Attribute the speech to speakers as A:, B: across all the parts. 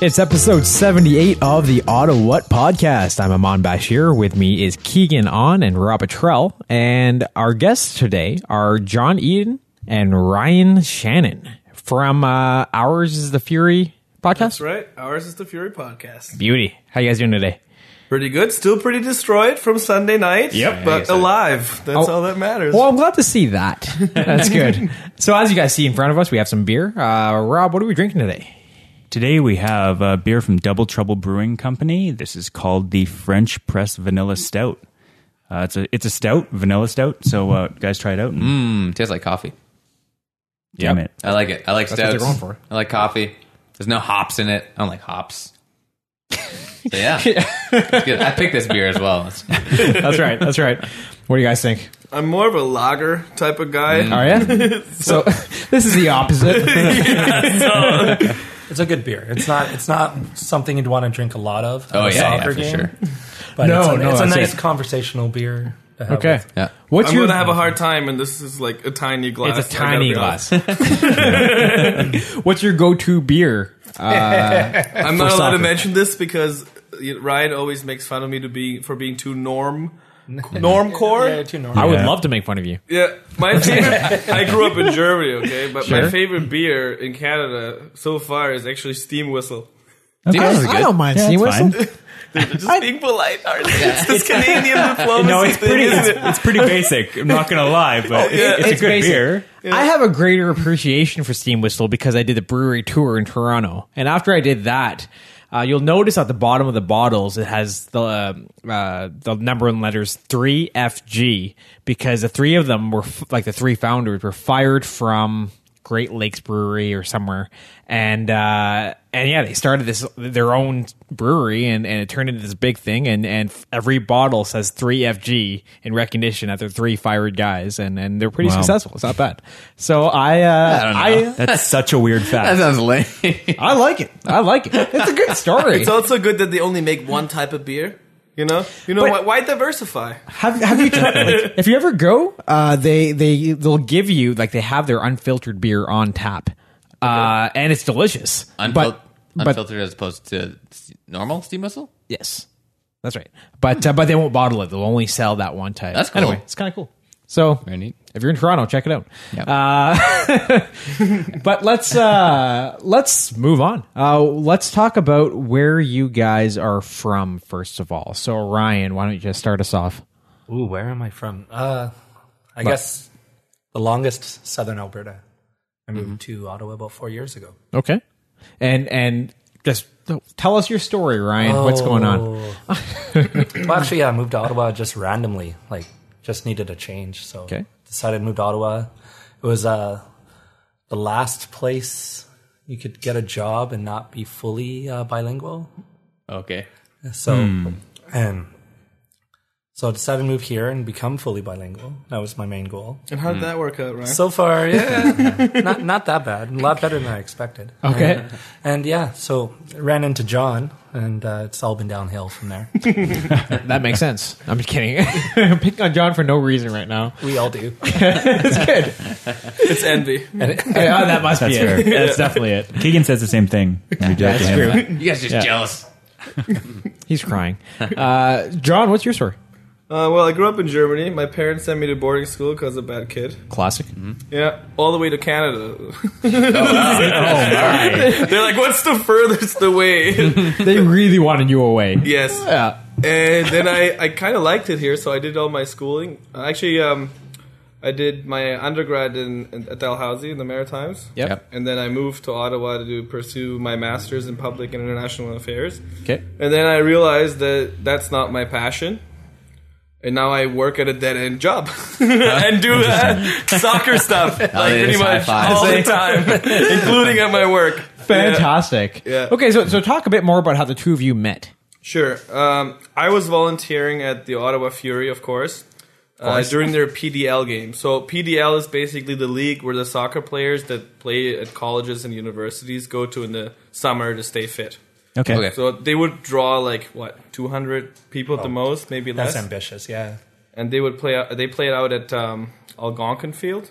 A: It's episode 78 of the Auto What podcast. I'm Amon Bashir. With me is Keegan On and Rob Trell. And our guests today are John Eden and Ryan Shannon from uh, Ours is the Fury podcast.
B: That's right. Ours is the Fury podcast.
A: Beauty. How you guys doing today?
B: Pretty good. Still pretty destroyed from Sunday night.
A: Yep.
B: But alive. That's
A: Oh.
B: all that matters.
A: Well, I'm glad to see that. That's good. so, as you guys see in front of us, we have some beer. Uh, Rob, what are we drinking today?
C: Today we have a beer from Double Trouble Brewing Company. This is called the French Press Vanilla Stout. Uh, it's a it's a stout, vanilla stout. So uh, guys, try it out. And
D: It tastes like coffee.
C: Damn
A: Yep.
C: it!
D: I like it. I
A: That's
D: like
A: what
D: stouts.
A: they're going for.
D: I like coffee. There's no hops in it. I don't like hops. So, yeah, It's good. I picked this beer as well. It's-
A: That's right. That's right. What do you guys think?
B: I'm more of a lager type of guy.
A: All right. so, this is the opposite.
E: It's a good beer. It's not. It's not something you'd want to drink a lot of. at
D: oh
E: a
D: yeah, yeah,
E: soccer
D: for
E: game,
D: sure.
E: But
A: No,
E: it's a,
A: no,
E: it's a
A: that's
E: nice
A: it.
E: conversational beer. to have
A: Okay.
E: with-
D: Yeah.
A: What's
B: I'm
A: your
B: going to have a hard time, and this is like a tiny glass.
A: It's a
B: I gotta
A: tiny
B: be
A: glass. What's your go-to beer?
B: honest. I'm not allowed to
A: soccer.
B: mention this because uh, Ryan always makes fun of me to be for being too norm. Norm core?
E: Yeah, too normal.
A: I would
C: Yeah.
A: love to make fun of you.
B: Yeah, my favorite. I grew up in Germany, okay, but
A: Sure.
B: my favorite beer in Canada so far is actually Steam Whistle.
D: These are good.
A: mind
C: Yeah,
A: Steam
C: it's fine.
B: Just being polite, aren't they? It's this Canadian diplomacy.
C: No, it's
B: thing,
C: pretty.
B: isn't
C: It's, it's pretty basic. I'm not gonna lie, but it's,
B: yeah,
C: it's
A: it's
C: a good
A: basic.
C: beer.
A: I have a greater appreciation for Steam Whistle because I did the brewery tour in Toronto, and after I did that, uh, you'll notice at the bottom of the bottles it has the um, uh, the number and letters three FG because the three of them were f- like the three founders were fired from Great Lakes Brewery or somewhere, and uh, and yeah, they started this their own brewery, and, and it turned into this big thing, and and every bottle says three FG in recognition that they're three fired guys, and and they're pretty
C: Wow.
A: successful. It's not bad. So I uh,
D: I don't know.
A: I
C: That's such a weird
D: That
C: fact.
D: sounds lame.
A: I like it. I like it. It's a good story.
B: It's also good that they only make one type of beer. You know, you know
A: But-
B: why, why diversify?
A: Have have you tried? Like, if you ever go, uh, they they they'll give you like they have their unfiltered beer on tap, uh, and it's delicious.
D: Unfil-
A: but
D: unfiltered as opposed to s- normal steam whistle.
A: Yes, that's right. But uh, but they won't bottle it. They'll only sell that one type.
D: That's cool.
A: Anyway, it's kind of cool. So
D: Very neat.
A: if you're in Toronto, check it out. Uh,
D: Yep.
A: But let's uh, let's move on. Uh, let's talk about where you guys are from first of all. So Ryan, why don't you just start us off?
E: Ooh, where am I from? Uh, I guess the longest southern Alberta. I
A: Mm-hmm.
E: moved to Ottawa about four years ago.
A: Okay. And and just tell us your story, Ryan. What's going on?
E: well, actually, yeah, I moved to Ottawa just randomly. Like, just needed a change, so
A: Okay.
E: decided to move to Ottawa. It was uh, the last place you could get a job and not be fully uh, bilingual.
D: Okay.
E: So, and so I decided to move here and become fully bilingual. That was my main goal.
B: And how did that work out, right?
E: So far, yeah, not not that bad. A lot better than I expected.
A: Okay.
E: And yeah, so ran into John, and uh, it's all been downhill from there.
A: that makes sense. I'm just kidding. I'm picking on John for no reason right now.
E: we all do.
B: it's envy.
A: Yeah, that must
C: That's
A: be it.
C: fair.
A: That's definitely it.
C: Keegan says the same thing. when We do it to him.
D: You guys just jealous.
A: He's crying. Uh, John, what's your story?
B: Uh, well, I grew up in Germany. My parents sent me to boarding school because I'm a bad kid.
A: Classic.
B: Yeah, all the way to Canada. They're like, what's the furthest away?
A: They really wanted you away.
B: yes.
A: Yeah.
B: and then I, I kind of liked it here, so I did all my schooling. Actually, um, I did my undergrad in, in at Dalhousie in the Maritimes.
A: Yep.
B: And then I moved to Ottawa to do, pursue my master's in public and international affairs.
A: Okay.
B: And then I realized that that's not my passion. And now I work at a dead end job and do uh, soccer stuff
A: Oh,
B: like
D: they
B: pretty
D: just
B: much
D: high-five.
B: all the time, including at my work.
A: Fantastic.
B: Yeah.
A: Okay, so so talk a bit more about how the two of you met.
B: Sure. Um, I was volunteering at the Ottawa Fury, of course, uh, during their PDL game. So PDL is basically the league where the soccer players that play at colleges and universities go to in the summer to stay fit.
C: Okay.
D: Okay.
B: So they would draw like what 200 people at the most, maybe
E: That's
B: less,
E: ambitious. Yeah.
B: and they would play. They played out at um, Algonquin Field.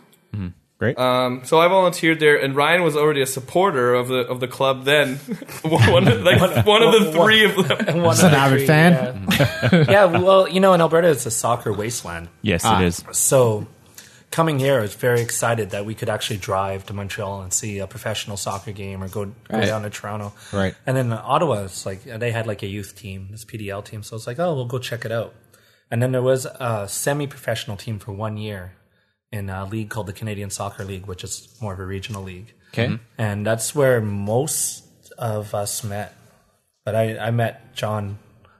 C: Great.
B: Um, so I volunteered there, and Ryan was already a supporter of the of the club then. one, of- like, one of the three of them.
E: One
A: Just an
E: of the
A: avid
E: three,
A: fan.
E: Yeah. Yeah, well, you know, in Alberta, it's a soccer wasteland.
C: yes, it is.
E: So coming here, I was very excited that we could actually drive to Montreal and see a professional soccer game or go, go
A: Right.
E: down to Toronto.
A: Right.
E: And then Ottawa, it's like they had like a youth team, this PDL team. So it's like, oh, we'll go check it out. And then there was a semi-professional team for one year in a league called the Canadian Soccer League, which is more of a regional league.
A: Okay.
E: And that's where most of us met. But I, I met John,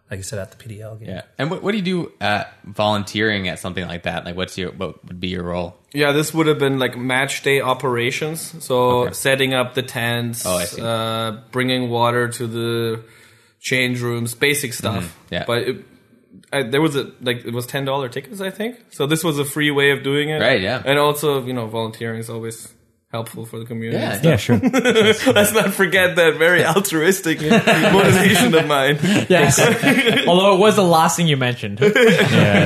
E: like I said, at the PDL game.
D: Yeah. And what, what do you do uh, volunteering at something like that? Like, what's your what would be your role?
B: Yeah, this would have been like match day operations. So setting up the tents,
D: Oh, I see.
B: Uh, bringing water to the change rooms, basic stuff.
D: Mm-hmm. Yeah.
B: but it, I, there was a like it was ten dollar tickets, I think. So this was a free way of doing it.
D: Right, yeah.
B: and also you know volunteering is always helpful for the community.
D: Yeah.
C: Yeah, sure.
B: Let's not forget that very altruistic motivation of mine.
A: Yes. Although it was the last thing you mentioned.
C: yeah,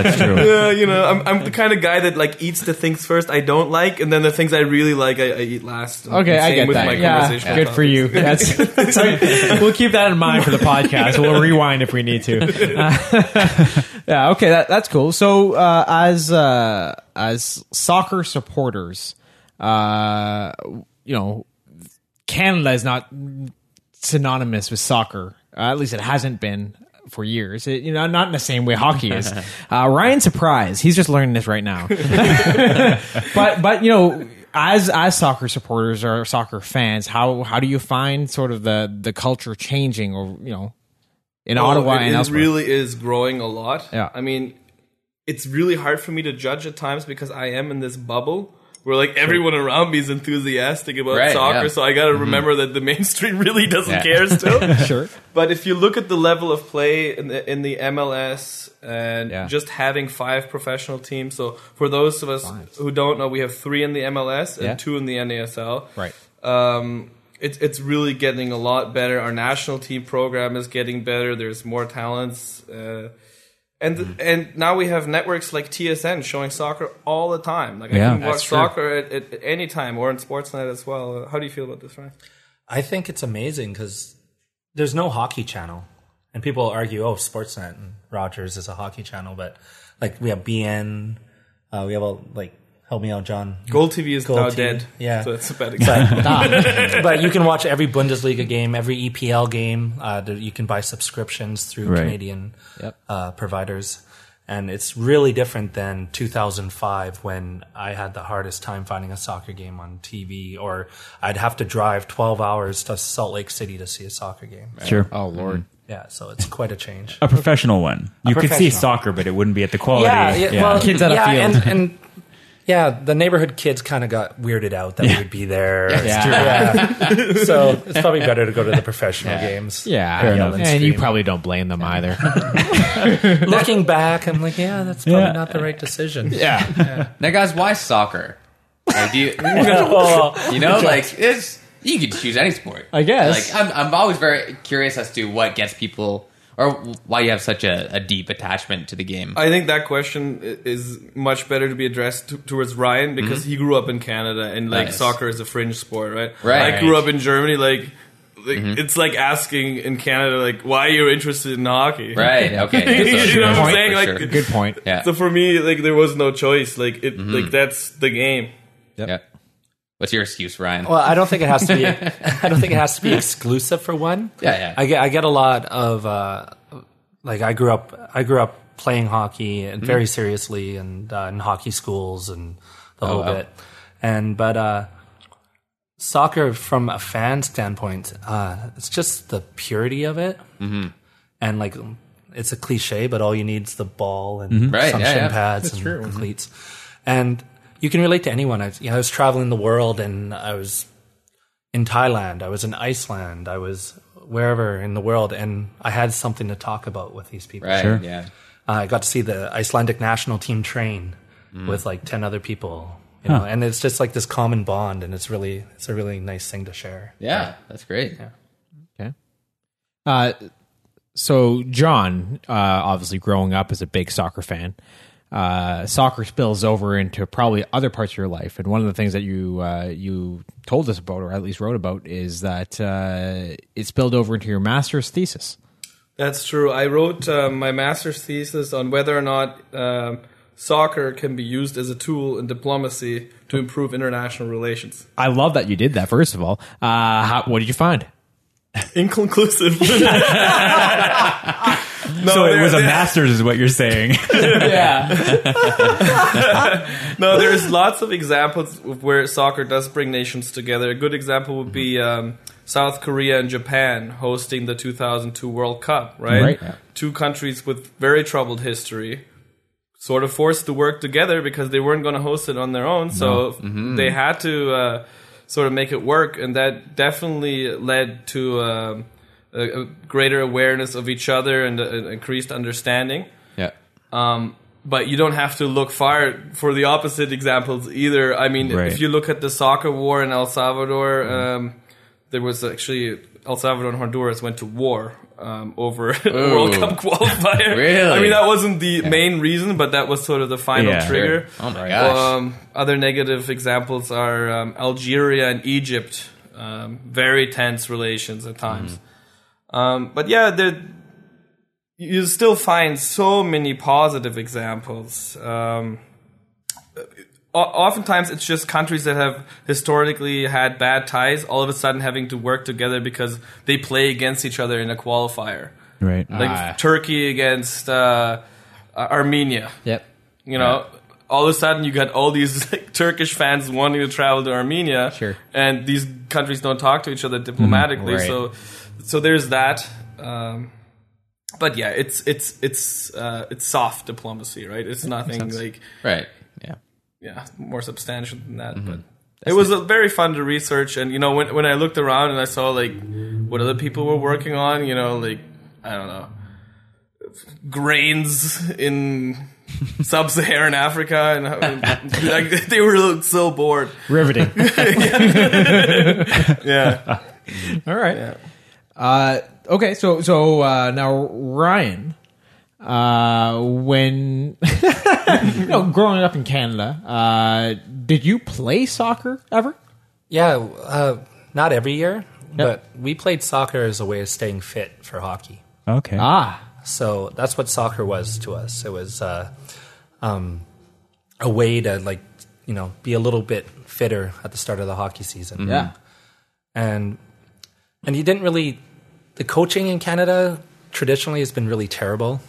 C: that's true.
B: Uh, you know, I'm, I'm the kind of guy that like eats the things first I don't like, and then the things I really like I, I eat last.
A: Okay,
B: Same
A: I get
B: with
A: that.
B: My
A: Yeah,
B: conversational
A: good for
B: topics.
A: you. That's, that's right. we'll keep that in mind for the podcast. We'll rewind if we need to. Uh, yeah, okay, that, that's cool. So, uh, as uh, as soccer supporters, uh, you know, Canada is not synonymous with soccer. Uh, at least it hasn't been for years. It, you know, not in the same way hockey is. Uh, Ryan surprise, he's just learning this right now but but you know as as soccer supporters or soccer fans how how do you find sort of the the culture changing or you know in
B: Well,
A: ottawa
B: it-
A: and
B: it,
A: elsewhere
B: really is growing a lot.
A: Yeah.
B: I mean, it's really hard for me to judge at times because I am in this bubble where like everyone around me is enthusiastic about
D: Right,
B: soccer,
D: yeah.
B: so I got to remember that the mainstream really doesn't
D: Yeah.
B: care still.
A: Mm-hmm. sure
B: But if you look at the level of play in the, in the MLS and
A: Yeah.
B: just having five professional teams, so for those of us who don't know, we have three in the MLS and
A: Yeah.
B: two in the NASL.
A: Right.
B: Um, it's it's really getting a lot better. Our national team program is getting better. There's more talents. Uh, and
C: Mm-hmm.
B: and now we have networks like TSN showing soccer all the time. Like
C: Yeah.
B: I can watch
C: That's true.
B: soccer at, at, at any time or in Sportsnet as well. Uh, How do you feel about this, Ryan?
E: I think it's amazing because there's no hockey channel, and people argue, "Oh, Sportsnet and Rogers is a hockey channel," but like we have BN, uh, we have a like help me out, John.
B: Gold TV is
E: Gold
B: now
E: TV,
B: dead.
E: yeah.
B: so it's a bad example.
E: But, um, but you can watch every Bundesliga game, every EPL game. Uh, there- you can buy subscriptions through
C: Right.
E: Canadian uh, providers. And it's really different than 2005 when I had the hardest time finding a soccer game on TV, or I'd have to drive 12 hours to Salt Lake City to see a soccer game.
C: Sure.
A: oh lord
E: Yeah, so it's quite a change.
C: A professional one. You could see
E: professional.
C: soccer, but it wouldn't be at the quality.
E: yeah, yeah, well,
A: Kids at a
E: yeah,
A: field.
E: And, and yeah, the neighborhood kids kind of got weirded out that we would be there. Yeah. so it's probably better to go to the professional games.
A: yeah,
E: Fair
A: yeah.
E: enough.
A: and you probably don't blame them either
E: Looking back, I'm like, yeah, that's probably
C: Yeah.
E: not the right decision.
A: yeah
D: Now, guys, why soccer? Like, do you,
E: Well,
D: you know, like it's you could choose any sport.
A: I guess.
D: Like, I'm, I'm always very curious as to what gets people or why you have such a, a deep attachment to the game.
B: I think that question i- is much better to be addressed t- towards Ryan because he grew up in Canada and like
D: Mm-hmm. Nice.
B: soccer is a fringe sport, right?
D: Right. Mm-hmm.
B: I grew up in Germany, like, like, it's like asking in Canada like why you're interested in hockey,
D: right? Okay.
B: You
D: sure,
B: know what I'm
D: for
B: saying? Like,
D: sure.
A: good point
D: yeah.
B: So for me, like there was no choice. Like it,
D: Mm-hmm.
B: like that's the game.
D: yeah. What's your excuse,
B: Oh,
D: Ryan?
E: well, I don't think it has to be. I don't think it has to be exclusive for one.
D: Yeah, yeah.
E: I get I get a lot of uh, like I grew up I grew up playing hockey
D: Mm-hmm.
E: and very seriously and uh, in hockey schools and the whole
D: Oh, wow.
E: bit. And but uh, soccer from a fan standpoint, uh, it's just the purity of it.
D: Mm-hmm.
E: And like it's a cliche, but all you need is the ball and
D: Mm-hmm. Right,
E: some
D: yeah,
E: shin
D: yeah.
E: pads and cleats. And you can relate to anyone. I, you know, I was traveling the world and I was in Thailand, I was in Iceland, I was wherever in the world, and I had something to talk about with these people.
D: right. Yeah.
E: Uh, I got to see the Icelandic national team train with like ten other people, you know, and it's just like this common bond, and it's really it's a really nice thing to share.
D: Yeah. That's great.
A: Uh, so John, uh, obviously growing up as a big soccer fan, uh, soccer spills over into probably other parts of your life. And one of the things that you uh, you told us about, or at least wrote about, is that uh, it spilled over into your master's thesis.
B: That's true. I wrote uh, my master's thesis on whether or not um, soccer can be used as a tool in diplomacy to improve international relations.
A: I love that you did that. First of all, uh, how, what did you find?
B: Inconclusive. no,
C: So it
B: there-
C: was a
B: there-
C: master's, is what you're saying.
B: No, there's lots of examples of where soccer does bring nations together. A good example would be um, South Korea and Japan hosting the 2002 World Cup, right?
A: Right, yeah.
B: Two countries with very troubled history, sort of forced to work together because they weren't going to host it on their own. So they had to uh, sort of make it work, and that definitely led to um, a, a greater awareness of each other and uh, increased understanding
D: Yeah.
B: but you don't have to look far for the opposite examples either. I mean,
C: Right.
B: if you look at the soccer war in El Salvador,
D: Mm-hmm.
B: um, there was actually El Salvador and Honduras went to war um, over a World Cup qualifier.
D: Really?
B: I mean, that wasn't the main reason, but that was sort of the final
C: Yeah.
B: trigger.
D: Sure. Oh my gosh.
B: Um, other negative examples are um, Algeria and Egypt. Um, very tense relations at times.
D: Mm-hmm.
B: Um, but yeah, there, you still find so many positive examples. Um, o- oftentimes, it's just countries that have historically had bad ties all of a sudden having to work together because they play against each other in a qualifier,
C: right.
B: like Turkey against uh, Ar- Armenia.
A: Yep.
B: You know, all of a sudden you got all these like, Turkish fans wanting to travel to Armenia,
A: Sure. Mm,
B: and these countries don't talk to each other diplomatically.
A: right.
B: So, so there's that. Um, but yeah, it's it's it's uh, it's soft diplomacy, right? It's nothing like
D: right. Yeah.
B: yeah, more substantial than that. But Mm-hmm. it was a very fun to research, and you know, when when I looked around and I saw like what other people were working on, you know, like I don't know, grains in sub-Saharan Africa, and how- like they were so bored.
A: Riveting.
B: Yeah,
A: All right. Uh, okay. So so uh, now Ryan, uh, when you know, growing up in Canada, uh, did you play soccer ever?
E: Yeah, uh, not every year, but we played soccer as a way of staying fit for hockey.
C: Okay.
A: Ah,
E: So that's what soccer was to us. It was uh, um, a way to like you know be a little bit fitter at the start of the hockey season.
A: yeah.
E: and and you didn't really. The coaching in Canada traditionally has been really terrible.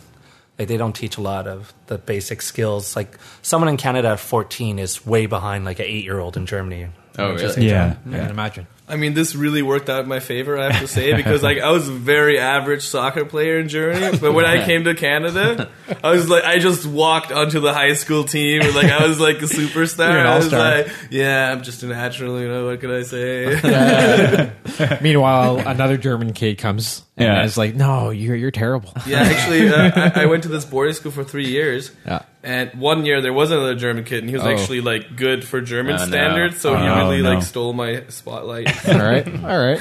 E: Like they don't teach a lot of the basic skills. Like someone in Canada at 14 is way behind like an eight year old in Germany.
D: Oh, really?
C: yeah.
A: I can imagine.
B: I mean, this really worked out in my favor, I have to say, because like I was a very average soccer player in Germany, but when I came to Canada, I was like, I just walked onto the high school team, and, like I was like a superstar.
A: You're an
B: I was
A: all-star.
B: like, yeah, I'm just a natural, you know. What can I say?
A: Meanwhile, another German kid comes and
C: Yeah.
A: is like, "No, you're you're terrible."
B: Yeah, actually, uh, I, I went to this boarding school for three years.
A: Yeah.
B: And one year there was another German kid, and he was
A: Oh.
B: actually like good for German
D: Oh, no.
B: standards. So he
C: Oh,
B: really
C: no.
B: like stole my spotlight.
A: All right. All right.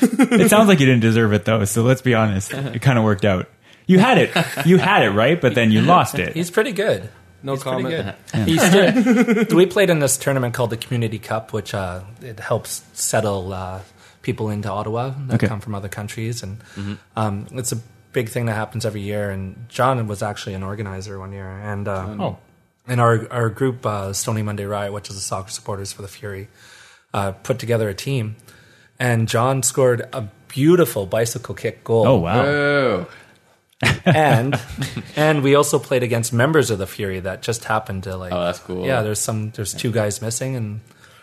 C: it sounds like you didn't deserve it though. So let's be honest, it kind of worked out. You had it, you had it right, but then you lost it.
E: He's pretty good.
B: No
E: Pretty
B: comment.
E: good. He's good. we played in this tournament called the Community Cup, which uh, it helps settle uh, people into Ottawa that
C: Okay. Mm-hmm.
E: come from other countries, and um, it's a big thing that happens every year. And John was actually an organizer one year, and uh,
A: Oh.
E: and our our group uh, Stony Monday Riot, which is the soccer supporters for the Fury, uh, put together a team, and John scored a beautiful bicycle kick goal
C: Oh wow!
D: Oh.
E: and and we also played against members of the Fury that just happened to like.
D: Oh, that's cool.
E: Yeah, there's some there's two guys missing, and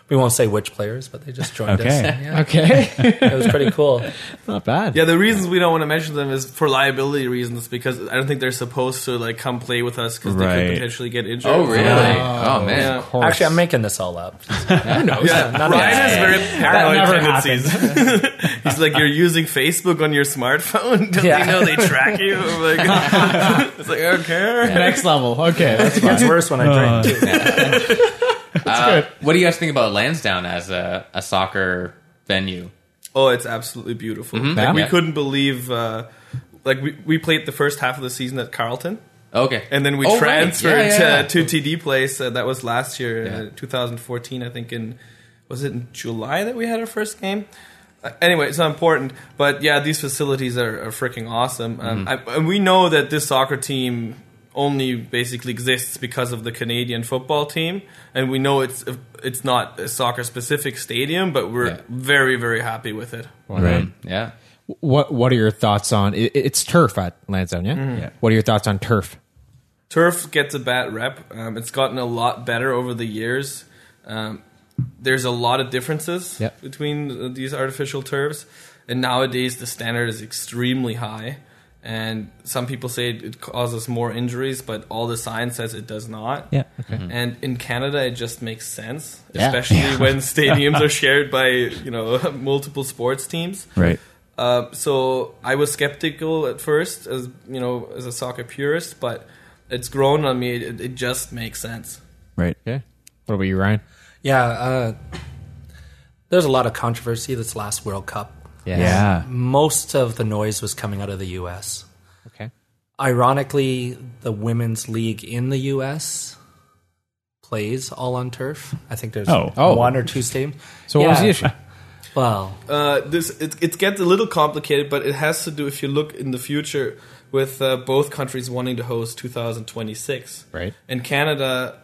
E: we won't say which players, but they just joined us.
C: Okay.
E: Yeah,
A: Okay.
E: it was pretty cool.
A: Not bad.
B: Yeah, the reasons we don't want to mention them is for liability reasons because I don't think they're supposed to like come play with us because they
C: Right.
B: could potentially get injured.
D: Oh, really? Oh, man.
B: Yeah.
A: Of course.
E: Actually, I'm making this all up.
B: Yeah,
E: None of
B: Ryan
E: that.
B: has
D: Yeah.
B: very
A: never
B: paranoid tendencies. He's like, you're using Facebook on your smartphone. Don't
E: Yeah.
B: they know they track you? I'm like, it's like okay.
A: next level. Okay. That's
E: It gets worse when I drink. too.
D: Uh, what do you guys think about Lansdowne as a, a soccer venue?
B: Oh, it's absolutely beautiful.
D: Mm-hmm.
A: Yeah.
B: Like, we
D: Yeah.
B: couldn't believe, uh, like we, we played the first half of the season at Carlton,
D: Okay.
B: and then we
D: Oh, right.
B: transferred
D: Yeah, yeah, yeah.
B: to to TD Place. Uh, that was last year,
D: Yeah.
B: uh, 2014, I think. In was it in July that we had our first game? Uh, anyway, it's not important, but yeah, these facilities are, are freaking awesome, um,
D: Mm-hmm.
B: I, and we know that this soccer team only basically exists because of the Canadian football team, and we know it's it's not a soccer specific stadium, but we're
D: Yeah.
B: very very happy with it.
D: Right. Yeah.
A: What What are your thoughts on it, it's turf at Lansdowne? Yeah?
C: Yeah.
A: What are your thoughts on turf?
B: turf gets a bad rep. Um, it's gotten a lot better over the years. Um, there's a lot of differences
A: Yep.
B: between uh, these artificial turfs, and nowadays the standard is extremely high. And some people say it- it causes more injuries, but all the science says it does not.
C: Yeah.
B: And in Canada, it just makes sense,
A: Yeah.
B: especially when stadiums are shared by you know multiple sports teams.
C: Right.
B: Uh, so I was skeptical at first, as you know, as a soccer purist, but it's grown on me. It, it just makes sense.
C: Right.
A: Okay. What about you, Ryan?
E: Yeah, uh, there's a lot of controversy this last World Cup.
C: Yeah.
E: Most of the noise was coming out of the U.S.
A: Okay.
E: Ironically, the women's league in the U.S. plays all on turf. I think there's
C: Oh.
E: one
A: Oh.
E: or two stadiums.
A: So what was
E: Yeah.
A: the issue?
E: Well,
B: Uh, this it, it gets a little complicated, but it has to do if you look in the future with uh, both countries wanting to host 2026.
A: Right.
B: And Canada,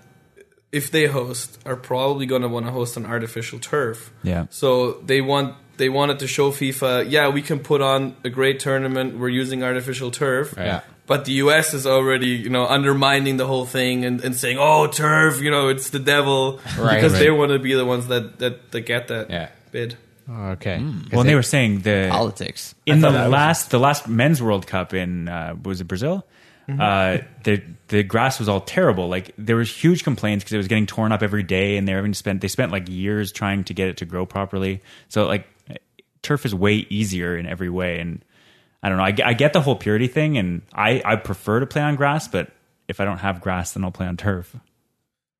B: if they host, are probably going to want to host on artificial turf.
C: Yeah.
B: So they want they wanted to show FIFA, yeah, we can put on a great tournament. We're using artificial turf.
A: Yeah.
B: But the U.S. is already, you know, undermining the whole thing and, and saying, "Oh, turf, you know, it's the devil,"
A: Right,
B: because
A: right.
B: they want to be the ones that that, that get that
D: Yeah.
B: bid.
A: Okay.
C: Well, and they were saying the
D: Politics.
C: in the last the last men's World Cup in uh, was it Brazil? Uh, the the grass was all terrible. Like there was huge complaints because it was getting torn up every day, and they having to spend they spent like years trying to get it to grow properly. So like turf is way easier in every way, and I don't know. I, g- I get the whole purity thing, and I I prefer to play on grass, but if I don't have grass, then I'll play on turf.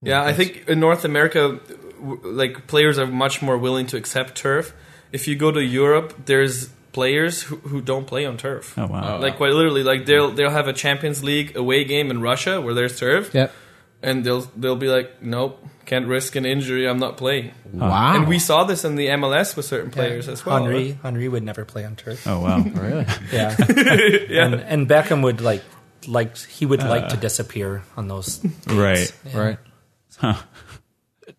B: Yeah, I think in North America, w- like players are much more willing to accept turf. If you go to Europe, there's players who, who don't play on turf.
C: Oh wow!
B: Like quite literally, like they'll they'll have a Champions League away game in Russia where there's turf,
A: Yep.
B: and they'll they'll be like, nope, can't risk an injury, I'm not playing.
A: Wow.
B: And we saw this in the MLS with certain players as well.
E: Henri Henri would never play on turf.
C: Oh wow!
A: really?
E: Yeah. And, and Beckham would like like he would like to disappear on those.
C: right.
A: Uh. Right.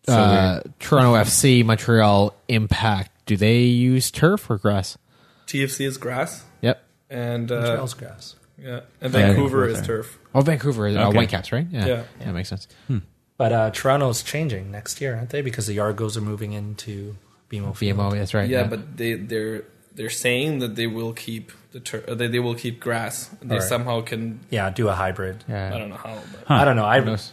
A: Uh, Toronto FC, Montreal Impact. Do they use turf or grass?
B: TFC is grass,
A: Yep.
B: and uh,
E: Trails grass.
B: yeah, and Vancouver
C: Yeah,
B: is turf.
A: Oh, Vancouver, uh,
C: Okay.
A: Whitecaps, right? Yeah.
B: Yeah.
A: That makes sense.
E: But uh, Toronto's changing next year, aren't they? Because the Argos are moving into BMO. Field.
A: BMO, that's right.
B: Yeah, but they they're they're saying that they will keep the tur- uh, they, they will keep grass. They
E: Alright.
B: somehow can
E: Yeah, do a hybrid.
A: Yeah.
B: I don't know how. But.
E: I don't know. I,
A: knows?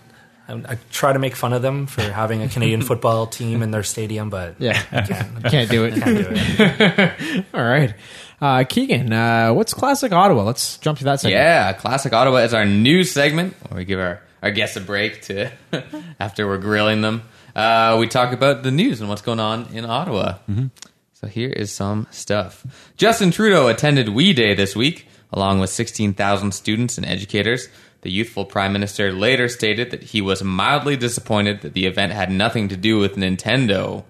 E: I I try to make fun of them for having a Canadian football team in their stadium, but
A: Yeah. Can't do it.
E: can't do it.
A: All right. Uh, Keegan, uh, what's classic Ottawa? Let's jump to that second.
D: Yeah, Classic Ottawa is our new segment where we give our, our guests a break to after we're grilling them. Uh, we talk about the news and what's going on in Ottawa. So here is some stuff. Justin Trudeau attended We Day this week, along with 16,000 students and educators. The youthful prime minister later stated that he was mildly disappointed that the event had nothing to do with Nintendo.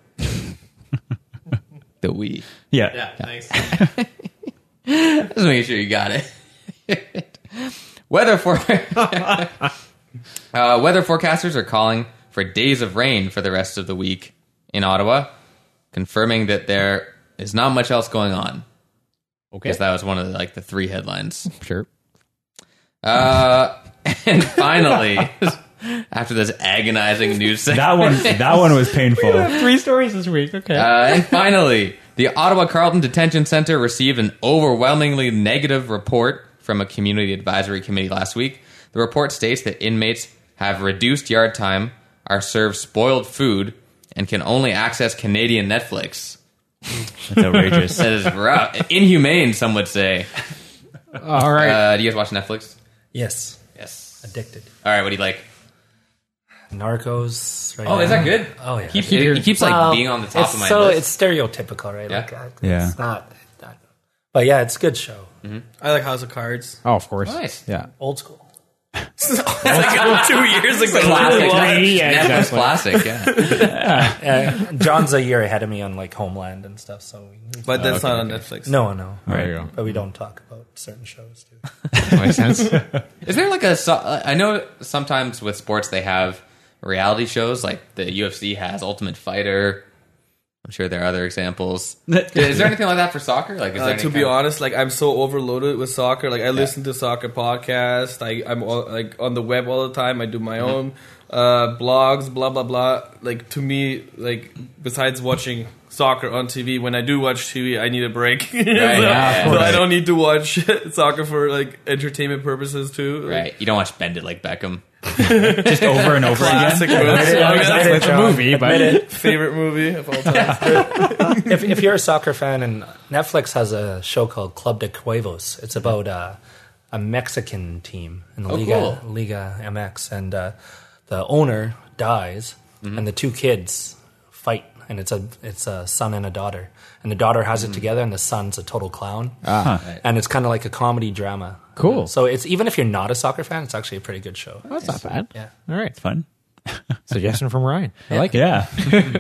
D: the Wii.
C: Yeah.
B: thanks.
D: Just making sure you got it. weather for uh, weather forecasters are calling for days of rain for the rest of the week in Ottawa, confirming that there is not much else going on.
A: Okay.
D: Because that was one of the, like the three headlines.
A: Sure.
D: Uh, and finally, after this agonizing news, segment-
C: That one. That one was painful.
A: Three stories this week. Okay.
D: Uh, and finally, the Ottawa Carlton Detention Center received an overwhelmingly negative report from a community advisory committee last week. The report states that inmates have reduced yard time, are served spoiled food, and can only access Canadian Netflix.
C: That's outrageous.
D: That is rough. inhumane, some would say.
A: All right.
D: Uh, do you guys watch Netflix?
E: Yes,
D: Yes.
E: addicted.
D: All right, what do you like?
E: Narcos. Right
D: Oh, is
E: now.
D: that good?
E: Oh yeah.
D: Keeps, it, it keeps like
E: Well,
D: being on the top
E: it's
D: of my
E: so
D: list.
E: it's stereotypical, right?
D: Yeah.
E: Like, uh,
C: Yeah.
E: It's not, not. But yeah, it's a good show.
B: I like House of Cards.
A: oh, of course.
D: Nice.
A: Yeah.
E: Old school.
B: It's like two years
D: Classic.
B: ago.
C: yeah,
D: Netflix
C: exactly.
D: classic. Yeah.
E: Uh, John's a year ahead of me on like Homeland and stuff. So we,
B: But that's not on Netflix.
E: no, no,
A: There you go.
E: but we don't talk about certain shows. Too.
D: Makes sense. Is there like a? so- I know sometimes with sports they have reality shows like the UFC has Ultimate Fighter. I'm sure there are other examples. Is there anything like that for soccer? Like, is there
B: Uh,
D: any
B: to be
D: kind of-
B: honest, like I'm so overloaded with soccer. Like I listen to soccer podcasts. I, I'm all, like on the web all the time. I do
D: Mm-hmm.
B: my own uh, blogs, blah blah blah. Like to me, like besides watching soccer on TV, when I do watch TV, I need a break. so,
D: yeah, of
B: so
D: course.
B: I don't need to watch soccer for like entertainment purposes too. Like,
D: right? You don't watch Bend It like Beckham.
C: Just over and over
B: Classic
C: again.
B: movie.
A: Yeah,
E: exactly.
A: it's a movie, but
B: favorite movie of all time.
E: if, if you're a soccer fan, and Netflix has a show called Club de Cuevos, it's about uh, a Mexican team in the
D: Oh,
E: Liga
D: cool.
E: Liga MX, and uh, the owner dies, and the two kids fight, and it's a it's a son and a daughter, and the daughter has it together, and the son's a total clown, and it's kind of like a comedy drama.
A: Cool.
E: So it's even if you're not a soccer fan, it's actually a pretty good show.
A: that's not bad.
E: Yeah.
A: All right.
C: Fun.
A: Suggestion from Ryan. I like it.
C: Yeah.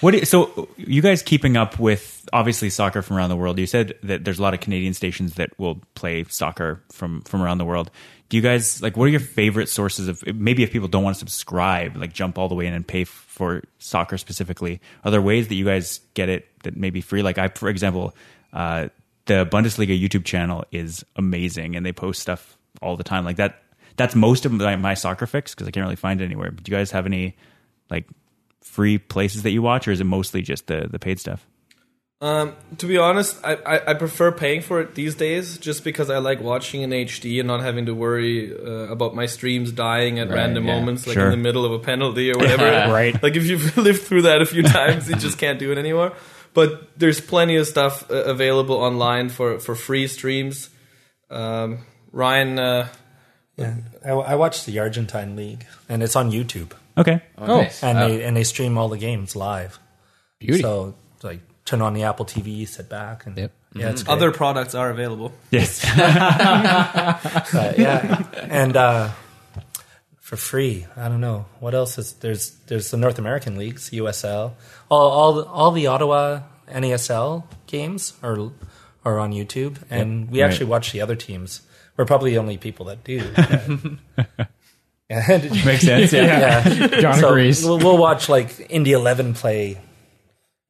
C: what do you, so you guys keeping up with obviously soccer from around the world? You said that there's a lot of Canadian stations that will play soccer from from around the world. Do you guys like what are your favorite sources of maybe if people don't want to subscribe, like jump all the way in and pay f- for soccer specifically? Are there ways that you guys get it that may be free? Like I, for example, uh, the Bundesliga YouTube channel is amazing and they post stuff all the time like that. That's most of my, my soccer fix because I can't really find it anywhere. But do you guys have any like free places that you watch, or is it mostly just the the paid stuff?
B: Um, to be honest, I, I, I prefer paying for it these days just because I like watching in HD and not having to worry uh, about my streams dying at
D: Right,
B: random
D: yeah.
B: moments, like
C: Sure.
B: in the middle of a penalty or whatever.
A: Right.
B: Like if you've lived through that a few times, you just can't do it anymore. But there's plenty of stuff uh, available online for, for free streams. Um, Ryan, uh,
E: Yeah. I, I watched the Argentine League, and it's on YouTube.
C: Okay,
A: Oh,
D: nice.
E: and
D: Uh,
E: they and they stream all the games live.
A: Beauty.
E: So like turn on the Apple TV, sit back, and
A: Yep.
E: yeah, it's great.
B: other products are available.
C: yes,
E: But, yeah, and uh, for free. I don't know what else is there's there's the North American leagues, USL, all all the, all the Ottawa NASL games are are on YouTube, and we
C: Right.
E: actually watch the other teams. We're probably the only people that do. and,
C: makes sense. Yeah,
E: yeah.
A: John
E: so
A: agrees.
E: We'll, we'll watch like Indy Eleven play,